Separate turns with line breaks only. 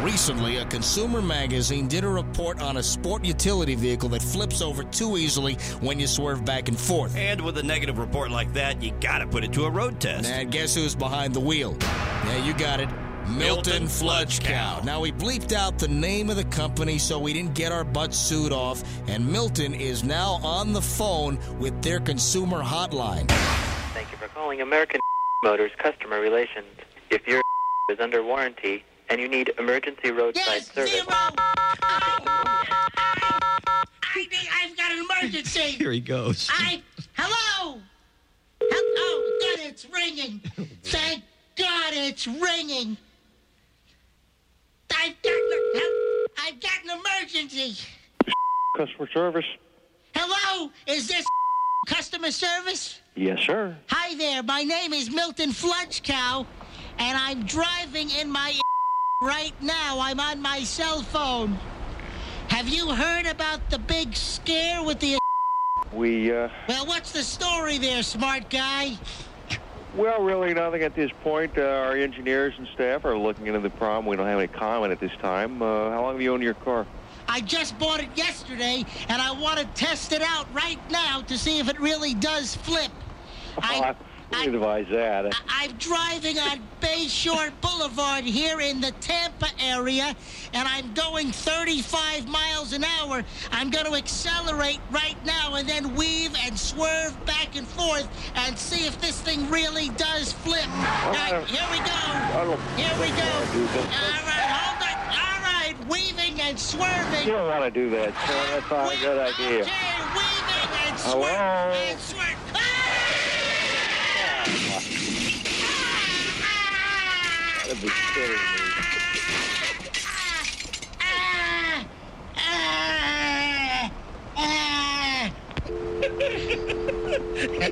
Recently, a consumer magazine did a report on a sport utility vehicle that flips over too easily when you swerve back and forth.
And with a negative report like that, you gotta put it to a road test.
And guess who's behind the wheel? Yeah, you got it. Milton,
Milton
Fludgecow.
Fludgecow.
Now, we bleeped out the name of the company so we didn't get our butts sued off, and Milton is now on the phone with their consumer hotline.
Thank you for calling American Motors Customer Relations. If your is under warranty and you need emergency roadside
Yes,
service,
zero. I, I, I think I've got an emergency.
Here he goes.
I, hello? Hello? God, it's ringing. Thank God it's ringing. I've got, an- hel- I've got an emergency.
Customer service?
Hello? Is this customer service?
Yes, sir.
Hi there. My name is Milton Flunchcow, and I'm driving in my right now. I'm on my cell phone. Have you heard about the big scare with the?
We, uh,
Well, what's the story there, smart guy?
well, really nothing at this point. Uh, our engineers and staff are looking into the problem. We don't have any comment at this time. Uh, how long have you owned your car?
I just bought it yesterday, and I want to test it out right now to see if it really does flip. Oh, I,
wouldn't
I,
advise that.
I- I'm driving on Bayshore Boulevard here in the Tampa area, and I'm going 35 miles an hour. I'm going to accelerate right now and then weave and swerve back and forth and see if this thing really does flip. All right, here we
I
go.
don't-
Here we go.
that.
All right, hold on. All right, weaving and
you
swerving.
don't want to do that, sir. That's not a good idea.
Okay, weaving and
Hello?
swerving and swerving.
That'd be silly.
Ah! Ah!